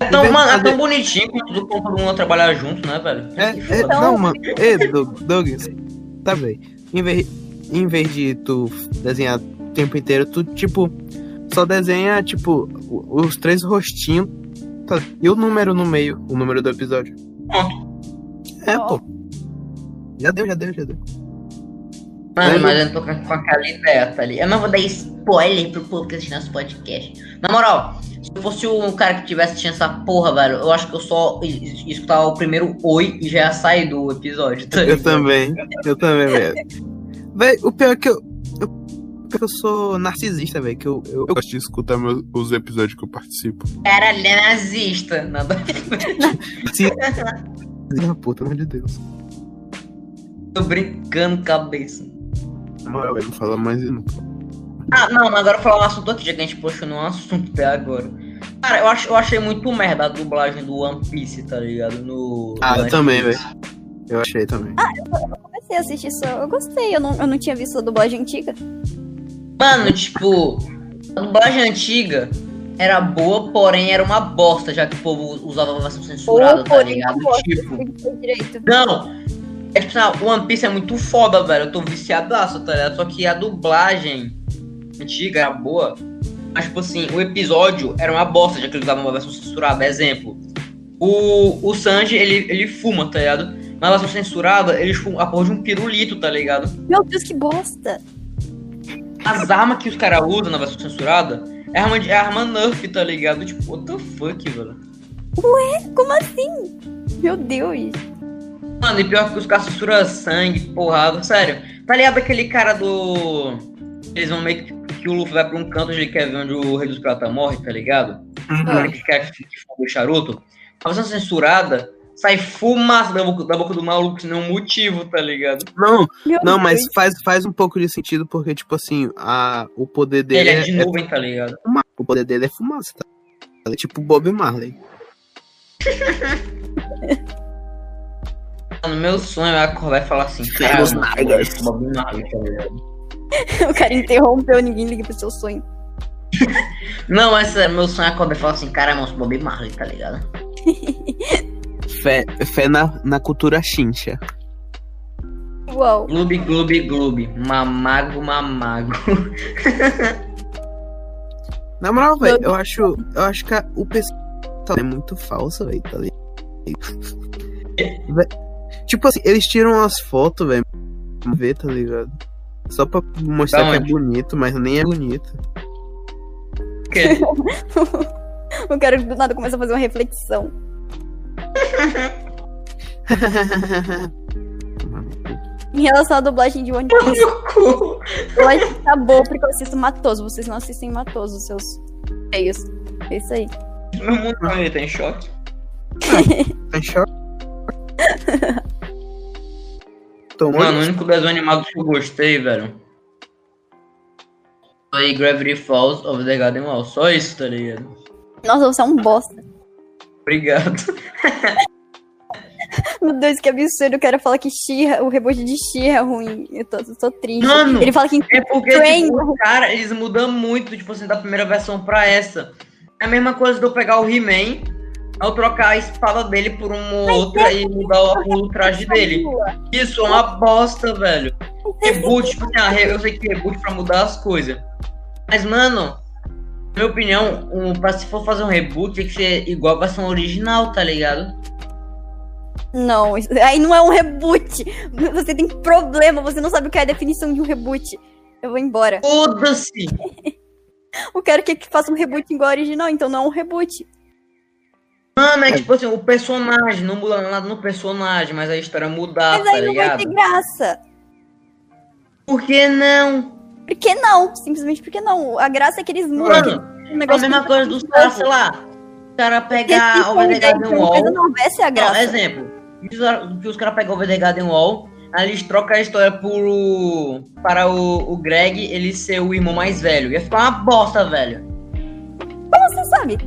Speaker 2: É tão,
Speaker 1: Em vez de
Speaker 2: mano, é
Speaker 1: fazer-
Speaker 2: tão bonitinho quando todo mundo trabalhar junto, né, velho?
Speaker 1: É, é,
Speaker 3: Então-
Speaker 1: não, mano. Ê, Doug, Doug, tá bem. Em vez, em vez de tu desenhar o tempo inteiro, tu, tipo, só desenha, tipo, o- os três rostinhos tá? e o número no meio, o número do episódio. É, pô. Já deu, já deu, já deu.
Speaker 2: Mano,
Speaker 1: Aí-
Speaker 2: mas eu tô com com aquela ideia, tá ligado?
Speaker 5: Eu não vou dar spoiler pro público que assiste nosso podcast. Na moral, se eu fosse um cara que tivesse assistindo essa porra, velho, eu acho que eu só es- es- escutava o primeiro oi e já ia sair do episódio, tá
Speaker 1: Eu
Speaker 5: ligado?
Speaker 1: também, eu também, velho. Véi, o pior é que eu. eu- o pior é que eu sou narcisista, velho. Que eu, eu,
Speaker 6: Eu gosto de escutar meus- os episódios que eu participo.
Speaker 5: Caralho, é nazista.
Speaker 2: Nada.
Speaker 1: eu. Ah, pô, pelo amor de Deus.
Speaker 2: Tô brincando, cabeça.
Speaker 6: Na moral, eu não falo mais e não.
Speaker 2: Ah, não, mas agora eu vou falar um assunto aqui, já que a gente postou num assunto até agora. Cara, eu, acho, eu achei muito merda a dublagem do One Piece, tá ligado? No,
Speaker 1: Ah,
Speaker 2: no
Speaker 1: eu também,
Speaker 2: Netflix.
Speaker 1: Eu achei também.
Speaker 3: Comecei a assistir isso. Eu gostei. Eu não, eu não tinha visto a dublagem antiga.
Speaker 2: Mano, tipo, a dublagem antiga era boa, porém era uma bosta, já que o povo usava a versão censurada,
Speaker 3: Ou,
Speaker 2: tá
Speaker 3: porém,
Speaker 2: ligado?
Speaker 3: uma bosta.
Speaker 2: Tipo,
Speaker 3: Tem que ter direito.
Speaker 2: não! É tipo, assim, One Piece é muito foda, velho. Eu tô viciadaço, tá ligado? Só que a dublagem antiga era boa. Mas, tipo assim, o episódio era uma bosta, já que eles usavam uma versão censurada. Exemplo, o, o Sanji, ele, ele fuma, tá ligado? Na versão censurada, ele fuma a porra de um pirulito, tá ligado?
Speaker 3: Meu Deus, que bosta.
Speaker 2: As armas que os caras usam na versão censurada é arma, de, é arma nerf, tá ligado? Tipo, what the fuck, velho?
Speaker 3: Como assim? Meu Deus.
Speaker 2: Mano, e pior que os caras censuram sangue, porrada, sério. Tá ligado aquele cara do. Eles vão meio que, que o Luffy vai pra um canto onde ele quer ver onde o Rei dos Prata morre, tá ligado?
Speaker 1: Uhum.
Speaker 2: Aquele cara que, que fuma o charuto. A versão censurada sai fumaça da boca, da boca do maluco, sem nenhum motivo, tá ligado?
Speaker 1: Não,
Speaker 3: Meu
Speaker 1: não,
Speaker 3: Deus.
Speaker 1: mas faz, faz um pouco de sentido, porque, tipo assim, a, o poder
Speaker 2: Ele
Speaker 1: dele
Speaker 2: é de
Speaker 1: é, é
Speaker 2: nuvem, tá ligado?
Speaker 1: fumaça. O poder dele é fumaça, tá? Ela é tipo Bob Marley.
Speaker 2: Mano, meu sonho é acordar e falar assim:
Speaker 1: Temos
Speaker 2: "Caralho,
Speaker 1: Tigers."
Speaker 2: Bob Marley, tá ligado?
Speaker 3: O cara interrompeu, ninguém liga pro seu sonho.
Speaker 5: Não, mas é, meu sonho é acordar e falar assim, cara, moço, Bob Marley, tá ligado?
Speaker 1: Fé, fé na, na cultura chincha.
Speaker 3: Uau.
Speaker 2: Gloob, gloob, gloob. Mamago, mamago.
Speaker 1: Na moral, velho, eu acho, eu acho que a- o pessoal é muito falso, velho, tá ligado? Vé- tipo assim, eles tiram as fotos, velho, pra ver, tá ligado? Só pra mostrar
Speaker 2: Da
Speaker 1: que é
Speaker 2: onde?
Speaker 1: bonito, mas nem é bonito.
Speaker 2: Que-
Speaker 3: O cara do nada começa a fazer uma reflexão. Em relação à dublagem de One Piece, eu acho que tá boa porque eu assisto Matoso. Vocês não assistem Matoso, seus feios. É isso aí.
Speaker 2: Meu mundo ele tá em choque.
Speaker 1: Tá em choque? Tomou
Speaker 2: Mano, o único desenho animado que eu gostei, velho. Foi Gravity Falls of the Garden Wall. Só isso, tá ligado?
Speaker 3: Nossa, você é um bosta.
Speaker 2: Obrigado.
Speaker 3: Meu Deus, que absurdo. O cara fala que Xirra, o rebote de Xirra é ruim. Eu tô, eu tô triste.
Speaker 2: Mano,
Speaker 3: Ele fala que
Speaker 2: É porque,
Speaker 3: Train.
Speaker 2: tipo, cara, eles mudam muito, tipo assim, da primeira versão pra essa. É a mesma coisa de eu pegar o He-Man, eu trocar a espada dele por uma outra e mudar o, o traje dele. Isso é uma bosta, velho. Reboot, tipo assim, ah, re- eu sei que reboot pra mudar as coisas. Mas, mano, na minha opinião, um, pra se for fazer um reboot, tem que ser igual a versão original, tá ligado?
Speaker 3: Não, isso- aí não é um reboot. Você tem problema, você não sabe o que é a definição de um reboot. Eu vou embora.
Speaker 2: Foda-se!
Speaker 3: Eu quero que que faça um reboot igual ao original, então não é um reboot.
Speaker 2: Mano, é tipo assim, o personagem, não muda nada no personagem, mas a história mudar,
Speaker 3: Mas
Speaker 2: tá
Speaker 3: aí não vai
Speaker 2: ligado?
Speaker 3: ter graça.
Speaker 2: Por que não?
Speaker 3: Por que não? Simplesmente porque não. A graça é que eles mudam.
Speaker 2: Mano,
Speaker 3: Um
Speaker 2: é a mesma coisa dos caras, sei lá. O cara pega o VD Garden
Speaker 3: coisa
Speaker 2: Wall.
Speaker 3: não essa é a
Speaker 2: Não,
Speaker 3: graça.
Speaker 2: exemplo. Diz a- Que os caras pegam o VD Garden um Wall. Aí eles trocam a história por o- para o, o Greg ele ser o irmão mais velho. Ia ficar uma bosta, velho.
Speaker 3: Como você sabe?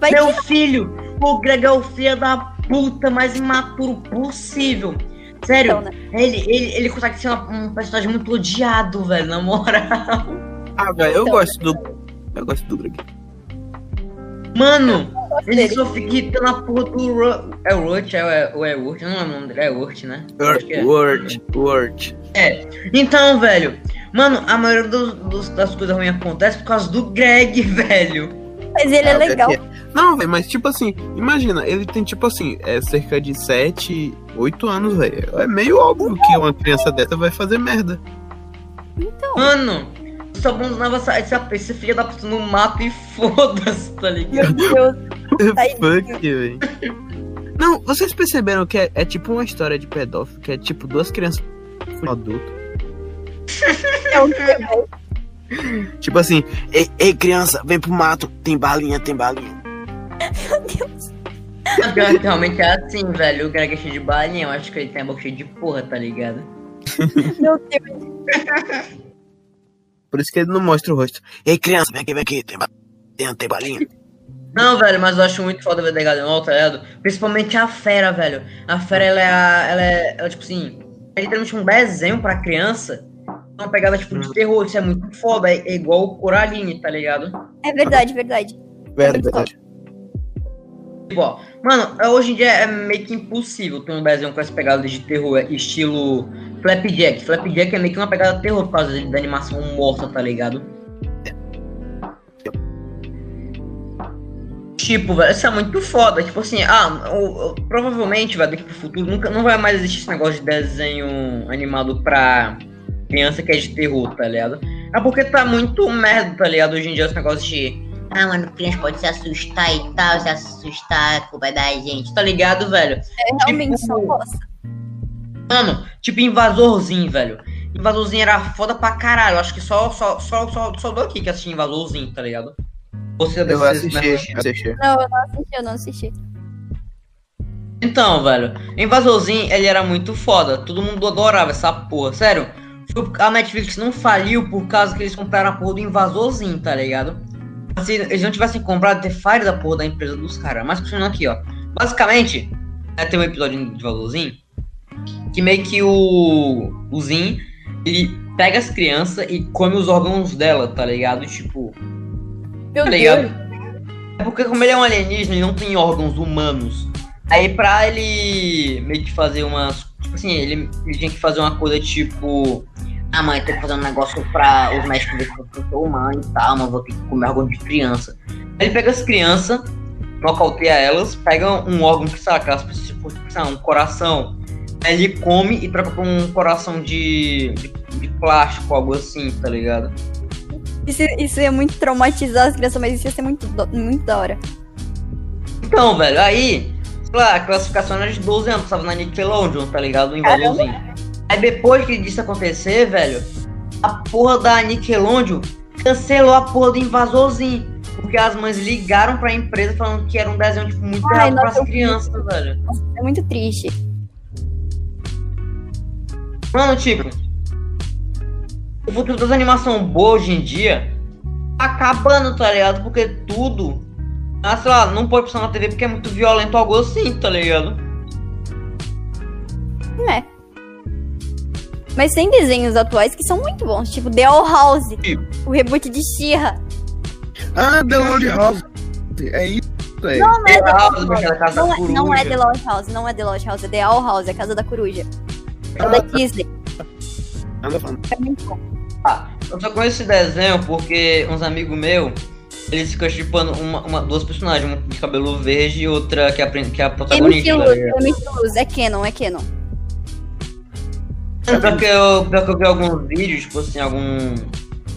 Speaker 3: Vai
Speaker 2: Meu filho! O Greg é o filho da puta mais imaturo possível.
Speaker 3: que
Speaker 2: Sério,
Speaker 3: então, né?
Speaker 2: ele, ele, ele consegue ser uma- um personagem muito odiado, velho, na moral.
Speaker 1: Ah, velho, eu
Speaker 3: Então,
Speaker 1: gosto do. Eu gosto do Greg.
Speaker 2: Mano, ele
Speaker 3: dele.
Speaker 2: só fica irritando a porra do Ru- É o Rush, é o, é o Rush, eu não lembro o nome dele, é o Rush, né? Acho que é.
Speaker 1: Word, Word.
Speaker 2: Então, velho, mano, a maioria dos, dos- das coisas ruins acontece por causa do Greg, velho.
Speaker 3: Mas ele é
Speaker 1: Ah,
Speaker 3: legal.
Speaker 1: Não, velho, mas tipo assim, imagina, ele tem tipo assim, é cerca de 7, 8 anos, velho. É meio óbvio que uma criança dessa vai fazer merda.
Speaker 2: Mano, só abandonava essa, essa, esse filho da puta no mato e foda-se, tá ligado?
Speaker 3: Meu Deus.
Speaker 1: Fuck, velho. Não, vocês perceberam que é, é tipo uma história de pedófilo, que é tipo duas crianças com um adulto.
Speaker 3: É o que é
Speaker 1: Tipo assim, ei, ei, criança, vem pro mato, tem balinha, tem balinha.
Speaker 2: Pior que realmente é assim, velho, o Greg é cheio de balinha, eu acho que ele tem a boca cheia de porra, tá ligado?
Speaker 3: Meu Deus.
Speaker 1: Por isso que ele não mostra o rosto. Ei, criança, vem aqui, vem aqui, tem balinha, tem balinha.
Speaker 2: Não, velho, mas eu acho muito foda ver Degadon Wall, tá ligado? Principalmente a fera, velho. A fera, ela é, a- ela é, ela é, tipo assim, é literalmente um desenho pra criança. É Uma pegada, tipo, de terror, isso é muito foda. É, é igual o Coraline, tá ligado?
Speaker 3: É verdade, verdade.
Speaker 1: Verdade, verdade.
Speaker 2: Tipo, ó, mano, é- hoje em dia é meio que impossível ter um desenho com essa pegada de terror, é estilo Flapjack. Flapjack é meio que uma pegada de terror por causa dele, da animação morta, tá ligado? Tipo, velho, isso é muito foda. Tipo assim, ah, o- o- provavelmente, velho, daqui pro futuro nunca não vai mais existir esse negócio de desenho animado pra criança que é de terror, tá ligado? É porque tá muito merda, tá ligado? Hoje em dia esse negócio de.
Speaker 5: Ah, mano, criança pode se assustar e tal, se assustar, a culpa é da gente.
Speaker 2: Tá ligado, velho?
Speaker 3: É realmente só
Speaker 2: Tipo,
Speaker 3: bosta.
Speaker 2: Mano, tipo invasorzinho, velho. Invasorzinho era foda pra caralho. Acho que só, só, só, só, só do aqui que assistia invasorzinho, tá ligado? Você né?
Speaker 1: Eu
Speaker 2: vocês-
Speaker 1: assisti, assisti.
Speaker 3: Não, eu não assisti, eu não assisti.
Speaker 2: Então, velho, Invasorzinho, ele era muito foda. Todo mundo adorava essa porra, sério. Foi por- A Netflix não faliu por causa que eles compraram a porra do Invasorzinho, tá ligado? Se eles não tivessem comprado, ter falido a porra da empresa dos caras. Mas continuando aqui, ó. Basicamente, né, tem um episódio de Invasorzinho que meio que o, o Zin, ele pega as crianças e come os órgãos dela, tá ligado? Tipo,
Speaker 3: Meu
Speaker 2: Tá
Speaker 3: Deus.
Speaker 2: ligado? É porque como ele é um alienígena, ele não tem órgãos humanos. Aí pra ele meio que fazer umas. Tipo assim, ele, ele tinha que fazer uma coisa tipo. Ah, mãe, tem que fazer um negócio pra os médicos ver que eu sou humano e tal, mas vou ter que comer órgão de criança. Aí ele pega as crianças, nocauteia elas, pega um órgão que sabe, aquelas pessoas, tipo, sei lá, um coração. Aí ele come e troca por um coração de, de, de plástico, algo assim, tá ligado?
Speaker 3: Isso, isso ia muito traumatizar as crianças, mas isso ia ser muito, do- muito da hora.
Speaker 2: Então, velho, aí, sei lá, a classificação era de 12 anos, tava na Nickelodeon, tá ligado? Em
Speaker 3: Caramba.
Speaker 2: valorzinho. Aí depois que disso acontecer, velho, a porra da Nickelodeon cancelou a porra do invasorzinho. Porque as mães ligaram pra empresa falando que era um desenho, tipo, muito
Speaker 3: Ai,
Speaker 2: errado
Speaker 3: nossa, eu
Speaker 2: pras
Speaker 3: vi.
Speaker 2: crianças, velho.
Speaker 3: É muito triste.
Speaker 2: Mano, tipo, o futuro das animações boas hoje em dia tá acabando, tá ligado? Porque tudo. Ah, sei lá, não pode passar na TV porque é muito violento algo assim, tá ligado?
Speaker 3: É. Mas tem desenhos atuais que são muito bons, tipo The All House, o reboot de She-Ra.
Speaker 7: Ah, The Lord House. É isso aí.
Speaker 3: Não é The
Speaker 2: House, aquela casa
Speaker 3: não
Speaker 2: da
Speaker 3: é, não é
Speaker 2: coruja.
Speaker 3: The Lodge House, não é The Lodge House, é The All House, é a Casa da Coruja. É da Disney.
Speaker 7: Anda falando.
Speaker 3: É
Speaker 2: Tá
Speaker 3: muito bom.
Speaker 2: Ah, Eu só conheço esse desenho porque uns amigos meus, eles ficam chipando uma, uma- duas personagens, uma de cabelo verde e outra que é a, prin- que é a protagonista.
Speaker 3: MT
Speaker 2: tá
Speaker 3: Luz,
Speaker 2: ligado?
Speaker 3: MT Luz, é Canon, é Canon.
Speaker 2: Pior É que, eu, pior que eu vi alguns vídeos, tipo assim, alguns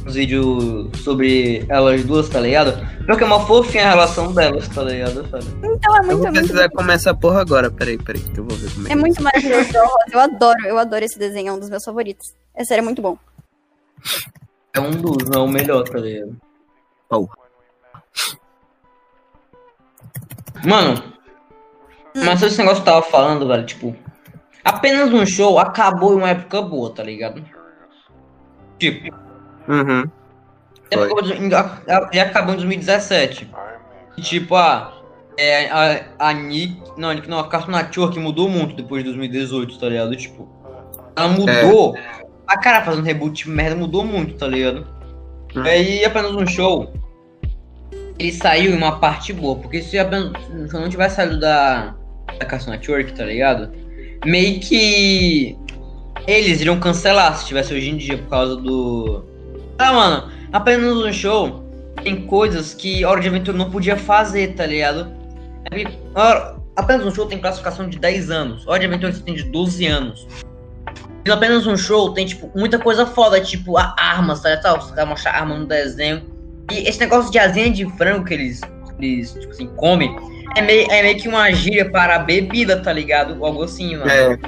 Speaker 2: vídeos sobre elas duas, tá ligado? Pior que é uma fofinha a relação delas, tá ligado? sabe?
Speaker 3: Então é
Speaker 1: Eu
Speaker 3: muito,
Speaker 1: vou
Speaker 3: é muito
Speaker 1: precisar começar essa porra agora, peraí, peraí, que eu vou ver como é.
Speaker 3: É muito maravilhoso, The All House. Eu adoro, eu adoro esse desenho, é um dos meus favoritos. É sério, é muito bom.
Speaker 2: É um dos, não é o melhor, tá ligado?
Speaker 1: Pau.
Speaker 2: Mano, mas esse negócio que eu tava falando, velho, tipo, apenas um show acabou em uma época boa, tá ligado? Tipo,
Speaker 1: Uhum.
Speaker 2: acabou em- a- já acabou em 2017. E, tipo, a, é, a, a Nick, não, a Nick não, a Cartoon Network mudou muito depois de 2018, tá ligado? Tipo, ela mudou, a cara fazendo reboot merda mudou muito, tá ligado? E aí, apenas um show, ele saiu em uma parte boa, porque se apenas se eu não tivesse saído da, da Cartoon Network, tá ligado? Meio que eles iriam cancelar se tivesse hoje em dia, por causa do... Ah, mano, apenas um show tem coisas que Hora de Aventura não podia fazer, tá ligado? Aí, Hora- Apenas um show tem classificação de 10 anos, Hora de Aventura tem de 12 anos. E apenas um show tem, tipo, muita coisa foda, tipo, a arma, sabe? Tal, os caras mostram a arma no desenho. E esse negócio de asinha de frango que eles, eles tipo assim, comem, é meio, é meio que uma gíria para bebida, tá ligado? Algo assim, mano.
Speaker 1: É,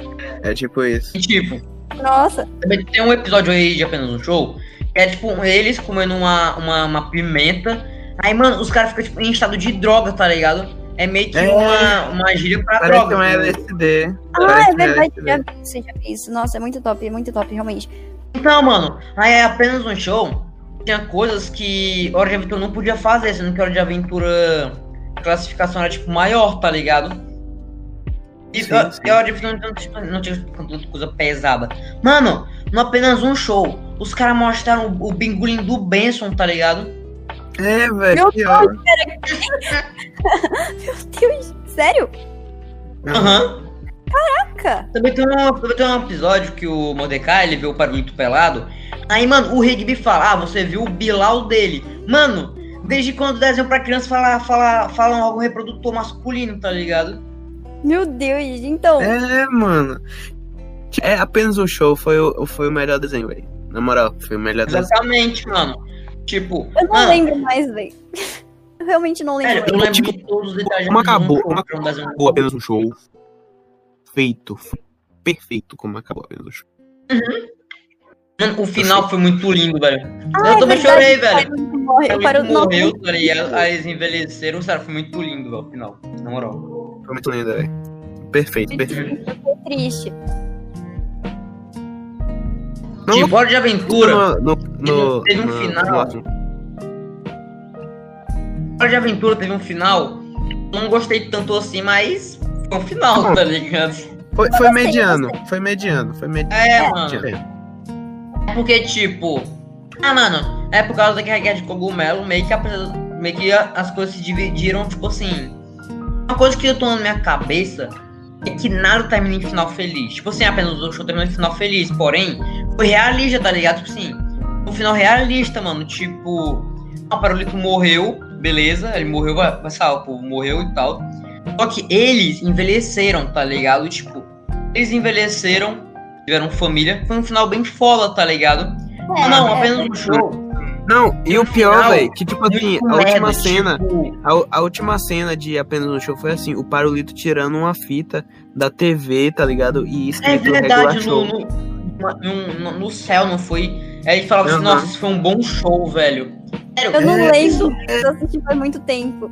Speaker 1: é tipo isso.
Speaker 2: E, tipo,
Speaker 3: Nossa,
Speaker 2: também tem um episódio aí de apenas um show. Que é tipo, eles comendo uma, uma, uma pimenta. Aí, mano, os caras ficam tipo, em estado de droga, tá ligado? É meio que
Speaker 1: É.
Speaker 2: uma, uma gíria pra
Speaker 1: Parece
Speaker 2: droga.
Speaker 1: um
Speaker 2: tá ligado?
Speaker 1: LSD.
Speaker 3: ah,
Speaker 1: Parece
Speaker 3: é
Speaker 1: um
Speaker 3: verdade,
Speaker 1: LSD.
Speaker 3: já vi isso, já vi isso. Nossa, é muito top, é muito top, realmente.
Speaker 2: Então, mano, aí é apenas um show. Tinha coisas que Hora de Aventura não podia fazer, sendo que Hora de Aventura a classificação era tipo maior, tá ligado? E,
Speaker 1: Sim,
Speaker 2: a-
Speaker 1: sim.
Speaker 2: e Hora de Aventura não, tinha- não tinha tanta coisa pesada. Mano, não apenas um show. Os caras mostraram o, o bingulinho do Benson, tá ligado?
Speaker 1: É, velho,
Speaker 3: Meu
Speaker 1: pior.
Speaker 3: Meu Deus, sério?
Speaker 2: Aham.
Speaker 3: Caraca!
Speaker 2: Também tem, um, também tem um episódio que o Mordecai, ele vê o Parulito pelado. Aí, mano, o Rigby fala, ah, você viu o Bilal dele. Mano, desde quando o desenho pra criança fala, fala, fala algo reprodutor masculino, tá ligado?
Speaker 3: Meu Deus, então.
Speaker 1: É, mano. É apenas o show, foi o, foi o melhor desenho, velho. Na moral, foi o melhor desenho.
Speaker 2: Exatamente, mano. Tipo,
Speaker 3: Eu não
Speaker 2: mano,
Speaker 3: lembro mais, velho. Eu realmente não lembro.
Speaker 2: sério, eu
Speaker 3: mais.
Speaker 2: lembro
Speaker 4: Tipo,
Speaker 2: de todos os detalhes.
Speaker 4: como acabou,
Speaker 2: de um
Speaker 4: como
Speaker 2: programa desenho.
Speaker 4: acabou apenas
Speaker 1: um show. Feito. Perfeito como acabou apenas o show.
Speaker 2: Mano, o final foi muito lindo, velho.
Speaker 3: Ah,
Speaker 2: eu também
Speaker 3: é
Speaker 2: chorei,
Speaker 3: verdade, o
Speaker 2: velho.
Speaker 3: Parolito Morre, o
Speaker 2: Parulito
Speaker 3: Parolito
Speaker 2: morreu, tá ligado? Aí eles envelheceram, sério, foi muito lindo, velho, o final. Na moral.
Speaker 1: Foi muito lindo, velho. Perfeito, perfeito.
Speaker 3: morreu, É triste.
Speaker 1: Não.
Speaker 2: Tipo, Hora de Aventura.
Speaker 1: No, no, no,
Speaker 2: Teve um
Speaker 1: no-
Speaker 2: final.
Speaker 1: no-
Speaker 2: Hora de Aventura teve um final. Não gostei tanto assim, mas foi um final, tá ligado?
Speaker 1: Foi, foi
Speaker 3: Eu gostei,
Speaker 1: mediano, foi mediano, foi mediano.
Speaker 2: É, mano. Porque, tipo. Ah, mano, é por causa daquela guerra de cogumelo, meio que, a- meio que a- as coisas se dividiram, tipo assim. Uma coisa que eu tô na minha cabeça é que nada termina em final feliz. Tipo assim, apenas o show terminou em final feliz, porém, foi realista, tá ligado? Tipo assim, um final realista, mano. Tipo, o Parolito morreu, beleza, ele morreu, vai, vai salvo, o povo morreu e tal. Só que eles envelheceram, tá ligado? Tipo, eles envelheceram, tiveram família. Foi um final bem foda, tá ligado?
Speaker 3: É,
Speaker 2: não, apenas um show.
Speaker 1: Não, e o pior,
Speaker 2: final,
Speaker 1: velho, que tipo assim,
Speaker 2: muito
Speaker 1: a última
Speaker 2: merda,
Speaker 1: cena.
Speaker 2: tipo,
Speaker 1: A, a última cena de apenas um show foi assim, o Parolito tirando uma fita da TV, tá ligado? E
Speaker 2: é
Speaker 1: escrito regular
Speaker 2: verdade, no,
Speaker 1: show.
Speaker 2: no, no- no- no céu, não foi? Aí ele falava assim,
Speaker 1: Aham.
Speaker 2: nossa, isso foi um bom show, velho. Sério,
Speaker 3: Eu não
Speaker 1: É,
Speaker 3: lembro, eu assisti faz muito tempo.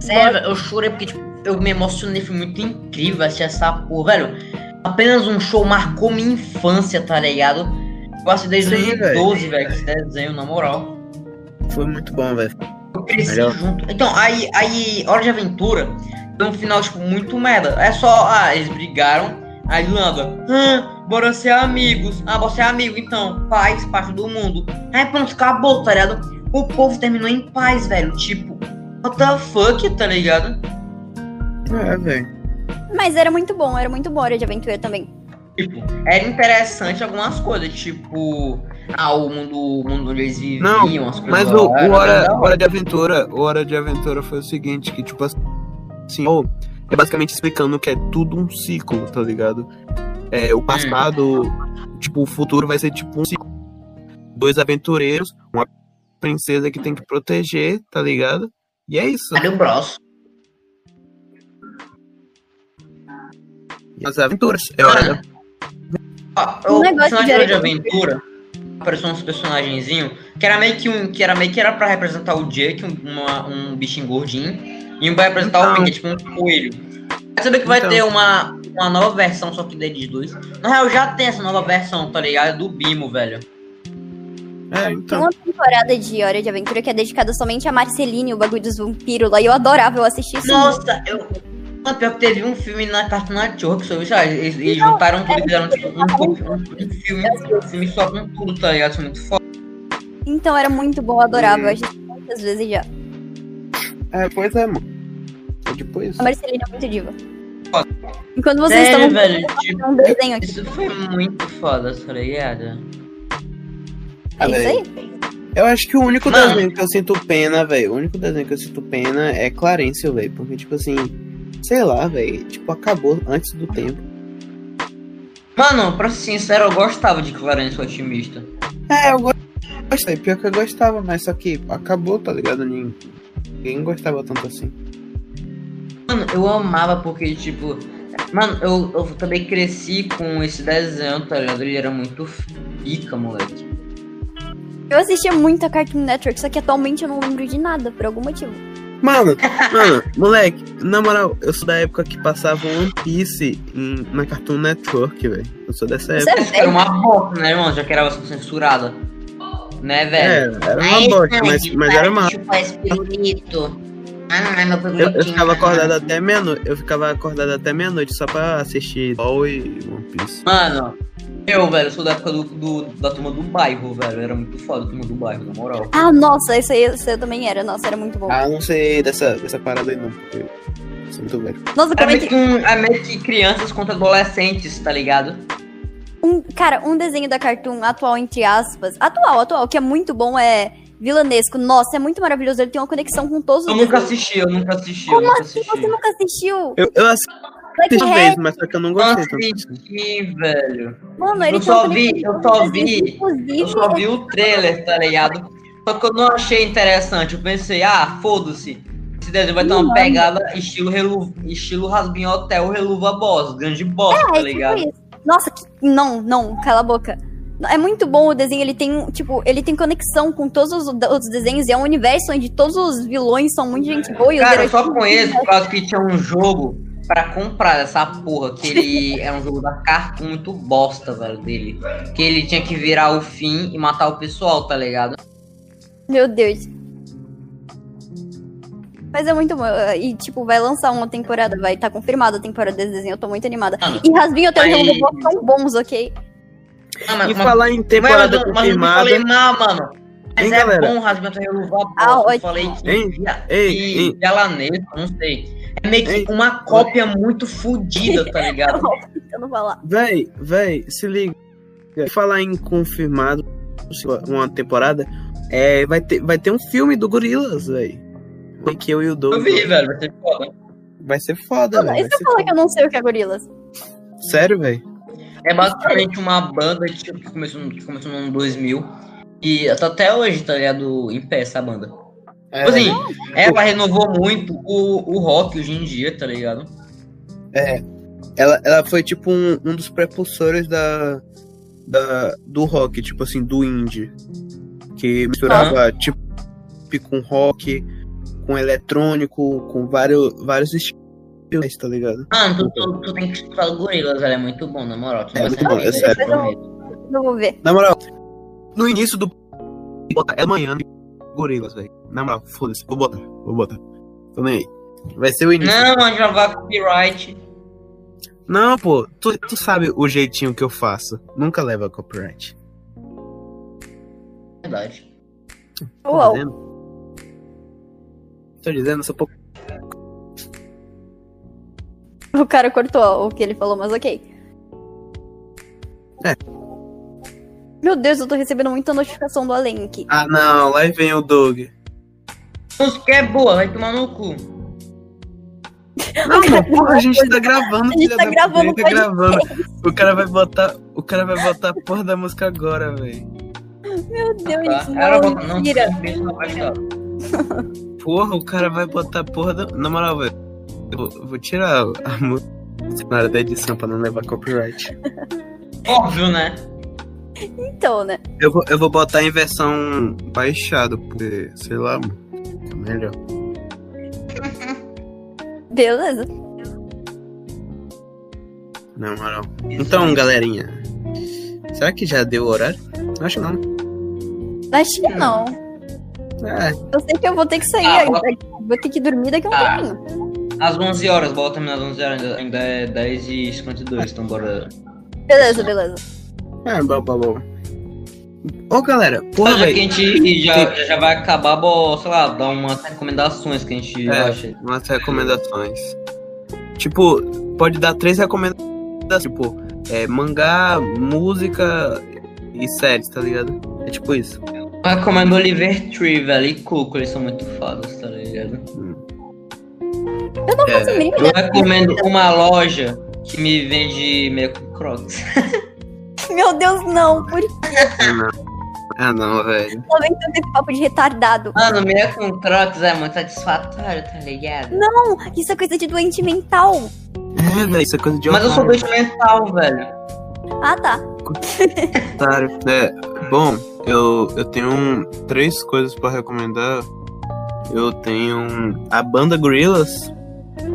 Speaker 2: Sério, eu chorei porque tipo, eu me emocionei, foi muito incrível assistir essa porra, velho. Apenas um show marcou minha infância, tá ligado? Eu assisti desde
Speaker 1: Sim,
Speaker 2: 2012, velho, que esse desenho, na moral.
Speaker 1: Foi muito bom, velho.
Speaker 2: Eu cresci
Speaker 1: Melhor.
Speaker 2: junto. Então, aí, aí, Hora de Aventura, tem um final, tipo, muito merda. É só, ah, eles brigaram, Aí do nada, ah, bora ser amigos. Ah, bora ser amigo, então. Paz, parte do mundo. Aí pronto, acabou, tá ligado? O povo terminou em paz, velho. Tipo, what the fuck, tá ligado?
Speaker 7: É, velho.
Speaker 3: Mas era muito bom, era muito bom Hora de Aventura também.
Speaker 2: Tipo, era interessante algumas coisas, tipo, ah, o mundo, o mundo onde eles viviam,
Speaker 1: Não,
Speaker 2: as coisas.
Speaker 1: Mas o,
Speaker 2: lá,
Speaker 1: o
Speaker 2: era
Speaker 1: hora,
Speaker 2: da hora.
Speaker 1: hora de Aventura, o Hora de Aventura foi o seguinte, que tipo assim, ó, é basicamente explicando que é tudo um ciclo, tá ligado? É, o passado, tipo, o futuro vai ser tipo um ciclo. Dois aventureiros, uma princesa que tem que proteger, tá ligado? E é isso.
Speaker 2: um
Speaker 5: Mario Bros.
Speaker 1: As aventuras. É hora da...
Speaker 2: Ah,
Speaker 3: Um
Speaker 2: o
Speaker 3: negócio de
Speaker 2: personagem de
Speaker 3: Harry
Speaker 2: aventura apareceu uns personagenzinho que era meio que um que era meio que era para representar o Jake, um, uma- um bichinho gordinho, e um vai representar o
Speaker 1: Então.
Speaker 2: Pig, tipo um coelho. Vai saber que vai
Speaker 1: Então.
Speaker 2: ter uma, uma nova versão, só que daí de dois. Na real, já tem essa nova versão, tá ligado? Do Bimo, velho.
Speaker 6: É,
Speaker 3: Tem
Speaker 6: então.
Speaker 3: uma temporada de Hora de Aventura que é dedicada somente a Marceline, o bagulho dos vampiros lá. E eu adorava, eu assisti isso.
Speaker 2: Nossa, eu. Mano, pior que teve um filme na Cartoon Network sobre isso, ah, eles, eles juntaram
Speaker 3: é
Speaker 2: tudo e fizeram tipo um, um, um filme, um filme só com tudo, tá ligado? Isso é muito foda.
Speaker 3: Então era muito bom, eu adorava. Eu assisti muitas vezes já.
Speaker 1: É, pois é, mano. É tipo isso.
Speaker 3: A Marcelina é muito diva. Enquanto vocês
Speaker 2: Sério,
Speaker 3: estão
Speaker 2: velho, tipo,
Speaker 3: um desenho aqui.
Speaker 2: Isso foi muito foda, tá ligado?
Speaker 3: É isso aí?
Speaker 1: Eu acho que o único
Speaker 2: Mano.
Speaker 1: desenho que eu sinto pena, velho, o único desenho que eu sinto pena é Clarencio, velho, porque, tipo assim, sei lá, velho, tipo, acabou antes do tempo.
Speaker 2: Mano, pra ser sincero, eu gostava de Clarence o Otimista.
Speaker 1: É, eu go- gostei, pior que eu gostava, mas só que acabou, tá ligado? Ninguém, ninguém gostava tanto assim.
Speaker 2: Mano, eu amava porque, tipo. Mano, eu, eu também cresci com esse desenho, tá ligado? Ele era muito pica, moleque.
Speaker 3: Eu assistia muito a Cartoon Network, só que atualmente eu não lembro de nada, por algum motivo.
Speaker 1: Mano, mano, moleque, na moral, eu sou da época que passava One Piece em- na Cartoon Network, velho. Eu sou dessa
Speaker 3: Você
Speaker 1: época.
Speaker 3: é
Speaker 2: Isso era
Speaker 3: velho?
Speaker 2: uma bosta, né, irmão? Já que era censurada. Né,
Speaker 1: É,
Speaker 2: velho?
Speaker 1: era uma bosta, mas, mas era uma
Speaker 5: Tipo, esse pirulito. Ah, meu
Speaker 2: um
Speaker 1: Eu,
Speaker 5: pirulito.
Speaker 1: eu
Speaker 2: né?
Speaker 1: ficava acordado até meia-noite. Eu ficava acordado até meia-noite só pra assistir LOL e One Piece.
Speaker 2: Mano, eu, velho, sou da época do, do- da turma do bairro, velho. Era muito foda a turma do bairro, na moral.
Speaker 3: Ah, nossa, isso aí isso eu também era. Nossa, era muito bom.
Speaker 1: Ah, não sei dessa, dessa parada aí não, porque eu sou muito velho.
Speaker 3: Nossa,
Speaker 2: Era
Speaker 3: como é
Speaker 2: meio
Speaker 3: que.
Speaker 2: que, um, é meio que crianças contra adolescentes, tá ligado?
Speaker 3: Um, cara, um desenho da Cartoon atual, entre aspas. Atual, atual, que é muito bom, é vilanesco. Nossa, é muito maravilhoso. Ele tem uma conexão com todos os.
Speaker 2: Eu nunca
Speaker 3: desenhos.
Speaker 2: assisti, eu nunca assisti, eu nunca assisti.
Speaker 3: assim Você nunca assistiu?
Speaker 1: Eu, eu assisti
Speaker 2: É.
Speaker 1: uma vez,
Speaker 3: Blackhead,
Speaker 1: mas só que eu não
Speaker 2: Eu
Speaker 1: gostei tanto. assim.
Speaker 2: assisti, velho.
Speaker 3: mano, ele
Speaker 2: Eu
Speaker 3: tem
Speaker 2: só
Speaker 3: uma
Speaker 2: vi-
Speaker 3: conexão
Speaker 2: eu só
Speaker 3: com os desenhos,
Speaker 2: vi-
Speaker 3: Inclusive,
Speaker 2: Eu só vi o trailer, tá ligado? Só que eu não achei interessante. Eu pensei, ah, foda-se. Esse desenho vai ter uma
Speaker 3: Não. é.
Speaker 2: pegada estilo, relu... estilo Rasbin Hotel, Reluva Boss, grande boss,
Speaker 3: É,
Speaker 2: tá
Speaker 3: tipo
Speaker 2: ligado?
Speaker 3: isso. Nossa, que... não, não, cala a boca. É muito bom o desenho, ele tem, um- tipo, ele tem conexão com todos os outros desenhos e é um universo onde todos os vilões são muito gente boa e os
Speaker 2: Cara, eu
Speaker 3: heróis
Speaker 2: só conheço por causa que tinha um jogo pra comprar essa porra, que ele é um jogo da Cartoon muito bosta, velho, dele. Que ele tinha que virar o fim e matar o pessoal, tá ligado?
Speaker 3: Meu Deus. Mas é muito bom. E, tipo, vai lançar uma temporada, vai tá confirmada a temporada desse desenho. Eu tô muito animada.
Speaker 2: Mano,
Speaker 3: E Rasbinho até
Speaker 2: aí-
Speaker 3: um robô são bons, ok?
Speaker 2: Ah, mas-
Speaker 1: E
Speaker 2: mas-
Speaker 1: falar em temporada
Speaker 2: mas, eu não- mas eu não
Speaker 1: confirmada.
Speaker 2: falei mal, mano. Mas
Speaker 1: Hein,
Speaker 2: é
Speaker 1: galera?
Speaker 2: bom o Rasmento renovar a
Speaker 3: Ah,
Speaker 2: bosta. eu
Speaker 3: ótimo.
Speaker 2: falei que
Speaker 1: Hein?
Speaker 2: via-
Speaker 1: ei,
Speaker 2: que
Speaker 1: ei,
Speaker 2: Galanês, não sei. É meio que
Speaker 1: Hein?
Speaker 2: uma cópia muito fodida, tá
Speaker 3: Eu
Speaker 2: ligado?
Speaker 3: vou tentando falar.
Speaker 1: véi, véi, se liga. E falar em confirmado uma temporada, é, vai, ter, vai ter um filme do Gorilas, véi. Em que eu e o Doug.
Speaker 2: Eu vi, velho, vai ser foda.
Speaker 1: Vai ser foda,
Speaker 3: Mano, e
Speaker 1: velho.
Speaker 3: se eu falar que eu não sei o que é gorilas?
Speaker 1: Sério, véi.
Speaker 2: É basicamente uma banda tipo, que começou, no- que começou no ano 2000 e tá até hoje, tá ligado? Em pé essa banda.
Speaker 1: É,
Speaker 2: Tipo assim, ela renovou muito o, o rock hoje em dia, tá ligado?
Speaker 1: Ela, ela foi tipo um, um dos propulsores da, da, do rock, tipo assim, do indie. Que misturava tipo com rock, com eletrônico, com vários, vários estilos, tá ligado?
Speaker 2: Mano, tu, tu, tu tem que escutar o Gorillaz, velho, é muito bom, na moral. Tu
Speaker 1: É
Speaker 2: vai
Speaker 1: muito
Speaker 2: se
Speaker 1: bom, é
Speaker 2: arrepender,
Speaker 1: sério.
Speaker 2: eu prometo.
Speaker 3: Eu vou ver.
Speaker 1: Na moral, no início do. Bota é amanhã gorilas, velho. Na moral, foda-se, vou botar,
Speaker 2: Né?
Speaker 1: vou botar. Tô nem aí. Vai ser o início.
Speaker 2: Não, a gente vai copyright.
Speaker 1: Não, pô, tu, tu sabe o jeitinho que eu faço. Nunca leva copyright.
Speaker 5: Verdade.
Speaker 1: Tô
Speaker 3: Uau.
Speaker 1: Tá dizendo. Tô dizendo, sou pouco.
Speaker 3: O cara cortou o que ele falou, mas ok.
Speaker 1: É.
Speaker 3: Meu Deus, eu tô recebendo muita notificação do além aqui.
Speaker 1: Ah, não, lá vem o Doug.
Speaker 2: Música é boa, vai tomar no cu.
Speaker 1: Não, não, porra, a gente tá gravando,
Speaker 3: A gente
Speaker 1: filha
Speaker 3: tá
Speaker 1: da
Speaker 3: gravando,
Speaker 1: puta,
Speaker 3: pode
Speaker 1: gravando. O cara vai botar, o cara vai botar a porra da música agora, velho.
Speaker 3: Meu Deus,
Speaker 2: Tá? Ela
Speaker 3: não, é
Speaker 2: bota, não,
Speaker 3: mentira.
Speaker 2: beijo na parte dela.
Speaker 1: Porra, o cara vai botar a porra da, na moral, velho. Eu vou- eu vou tirar a música na hora da edição pra não levar copyright.
Speaker 2: Óbvio, né?
Speaker 3: Então, né?
Speaker 1: Eu vou, eu vou botar em versão baixada, porque, sei lá, mano, fica melhor.
Speaker 3: Beleza.
Speaker 1: Na moral. Então, galerinha, será que já deu o horário? Acho que não.
Speaker 3: Acho que não.
Speaker 1: É,
Speaker 3: Eu sei que eu vou ter que sair.
Speaker 2: Ah,
Speaker 3: aí, Vou ter que dormir daqui a um
Speaker 2: Ah.
Speaker 3: pouquinho.
Speaker 2: Às 11 horas, bora terminar às 11 horas, ainda, ainda é 10 e 52, então bora.
Speaker 3: Beleza, beleza.
Speaker 1: é, bom, bom, bom. Ô, galera, porra,
Speaker 2: Mas já que a
Speaker 1: velho.
Speaker 2: gente já, já vai acabar, bora, sei lá, dar umas recomendações que a gente
Speaker 1: É.
Speaker 2: acha.
Speaker 1: Umas recomendações. Tipo, pode dar três recomendações. Tipo, é, mangá, música e séries, tá ligado? É tipo isso.
Speaker 2: Eu recomendo Oliver Tree, velho, e Cuco, eles são muito fados, tá ligado?
Speaker 3: Eu não faço a
Speaker 1: É,
Speaker 3: mínima
Speaker 2: Eu
Speaker 3: ideia.
Speaker 2: recomendo uma loja que me vende meio com crocs.
Speaker 3: Meu Deus, não. Por que
Speaker 1: Ah, não, velho.
Speaker 3: tá vendo esse papo de retardado?
Speaker 2: Mano, meio com crocs é muito satisfatório, tá ligado?
Speaker 3: Não, isso é coisa de doente mental.
Speaker 1: É, velho, isso é coisa de
Speaker 2: Mas eu sou
Speaker 1: otário,
Speaker 2: doente mental, velho.
Speaker 3: Ah, tá.
Speaker 1: otário. É, bom, eu, eu tenho um- três coisas pra recomendar. Eu tenho um- a banda Gorillaz,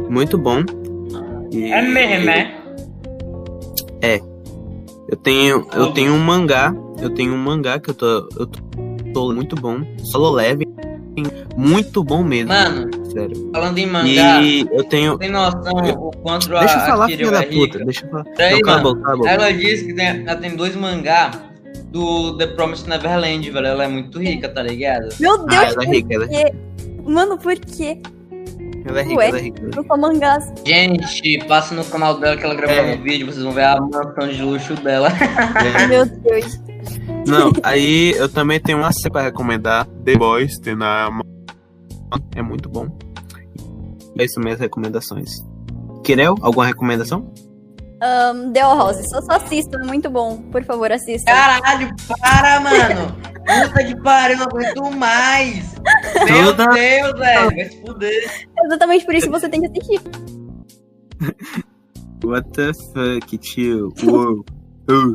Speaker 1: muito bom. E-
Speaker 2: né?
Speaker 1: Eu tenho, eu tenho um mangá, eu tenho um mangá que eu tô, eu tô, tô muito bom, solo leve, muito bom mesmo,
Speaker 2: Mano,
Speaker 1: sério.
Speaker 2: falando em mangá,
Speaker 1: E eu tenho,
Speaker 2: tem noção o quanto a
Speaker 1: deixa eu falar,
Speaker 2: Akira
Speaker 1: filha da
Speaker 2: é rica?
Speaker 1: puta, deixa eu falar.
Speaker 2: Peraí,
Speaker 1: Não, cala a
Speaker 2: mano.
Speaker 1: boca, cala a boca.
Speaker 2: Ela disse que tem, ela tem dois mangá do The Promised Neverland, velho. Ela é muito rica, tá ligado?
Speaker 3: Meu
Speaker 1: Ah,
Speaker 3: Deus.
Speaker 1: ela é rica, ela é rica,
Speaker 3: Mano, por quê?
Speaker 1: ela é rica,
Speaker 3: Ué.
Speaker 1: ela é rica.
Speaker 3: Eu sou mangás.
Speaker 2: Gente, passa no canal dela que ela gravou
Speaker 1: É.
Speaker 2: um vídeo, vocês vão ver a mansão de luxo dela.
Speaker 1: É.
Speaker 3: Meu Deus.
Speaker 1: Não, aí eu também tenho uma série pra recomendar, The Boys, tem na Amazon, é muito bom. É isso mesmo, recomendações. Querel, alguma recomendação?
Speaker 3: Um, The Rose, só, só assistam, é muito bom. Por favor, assistam.
Speaker 2: Caralho, para, mano! Puta que pariu, não aguento mais! Meu
Speaker 1: Toda-
Speaker 2: Deus, velho, vai se fuder.
Speaker 3: É Exatamente por isso que você tem que assistir.
Speaker 1: What the fuck, tio? Uou. Uh.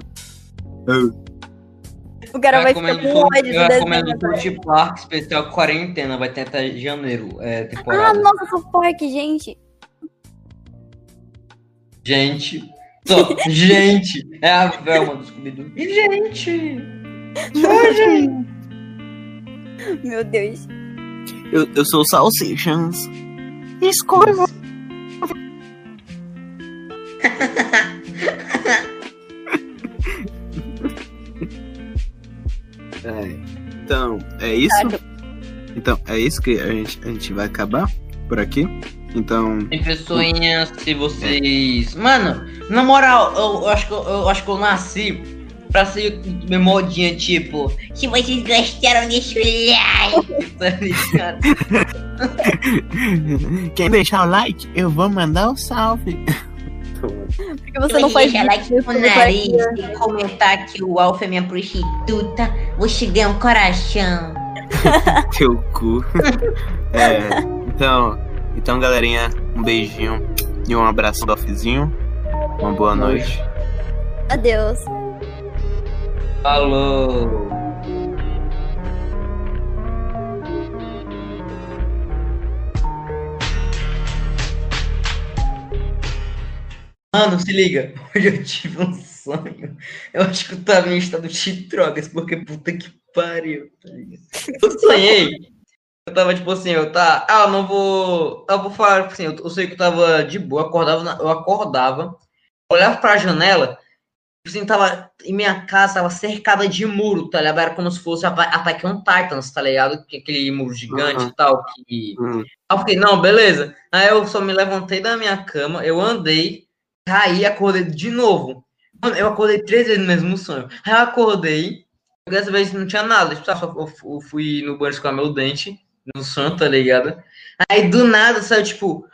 Speaker 3: O cara vai ficar
Speaker 2: recomendo
Speaker 3: com um ódio
Speaker 2: eu
Speaker 3: do
Speaker 2: recomendo
Speaker 3: desenho.
Speaker 2: South Park especial quarentena, vai ter até janeiro, é,
Speaker 3: Ah,
Speaker 2: temporada.
Speaker 3: nossa, South Park, gente.
Speaker 2: Gente. Só, gente. É a Velma do Scooby-Doo. E gente.
Speaker 3: Meu Deus.
Speaker 1: Eu, eu sou o Salsichans. Escorvo. Então, é isso? Então, é isso que a gente, a gente vai acabar por aqui. Então,
Speaker 2: Tem pessoinhas, se vocês. Mano, na moral, eu, eu acho, que eu, eu acho que eu nasci pra ser memodinha, tipo.
Speaker 5: Se vocês gostaram, deixa o like.
Speaker 2: tá ligado?
Speaker 6: Quem deixar o like, eu vou mandar o salve.
Speaker 3: Porque você
Speaker 5: Se
Speaker 3: não
Speaker 5: vocês
Speaker 3: faz
Speaker 5: deixarem like
Speaker 3: isso, South Park.
Speaker 5: no é tipo um nariz e comentar que o Alf é minha prostituta, você ganha um coração.
Speaker 1: teu cu. É, então, então, galerinha, um beijinho e um abraço do Alfizinho. Uma boa noite.
Speaker 3: Adeus.
Speaker 2: Falou. Mano, se liga, hoje eu tive um sonho. Eu acho que eu tava em estado de drogas, porque puta que pariu. tá ligado? Eu sonhei. Eu tava tipo assim, eu tá. tipo Ah, eu não vou. Eu vou falar assim, eu, eu sei que eu tava de boa, eu acordava, na- eu acordava olhava pra janela, tipo assim, tava. Em minha casa tava cercada de muro, tá ligado? Era como se fosse Ata- Attack on Titans, tá ligado? Que- Aquele muro gigante e tal. Que...
Speaker 1: Uhum.
Speaker 2: Aí eu fiquei, não, beleza. Aí eu só me levantei da minha cama, eu andei, caí, acordei de novo. Mano, eu acordei três vezes no mesmo sonho. Aí eu acordei, dessa vez não tinha nada. Tipo, tá, só eu fu- eu fui no banheiro escovar meu dente, no sonho, tá ligado? Aí do nada saiu, tipo,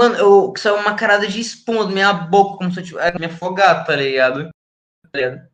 Speaker 2: Mano, eu, saiu uma carada de espuma da minha boca, como se eu tivesse me afogado, tá ligado? Tá ligado?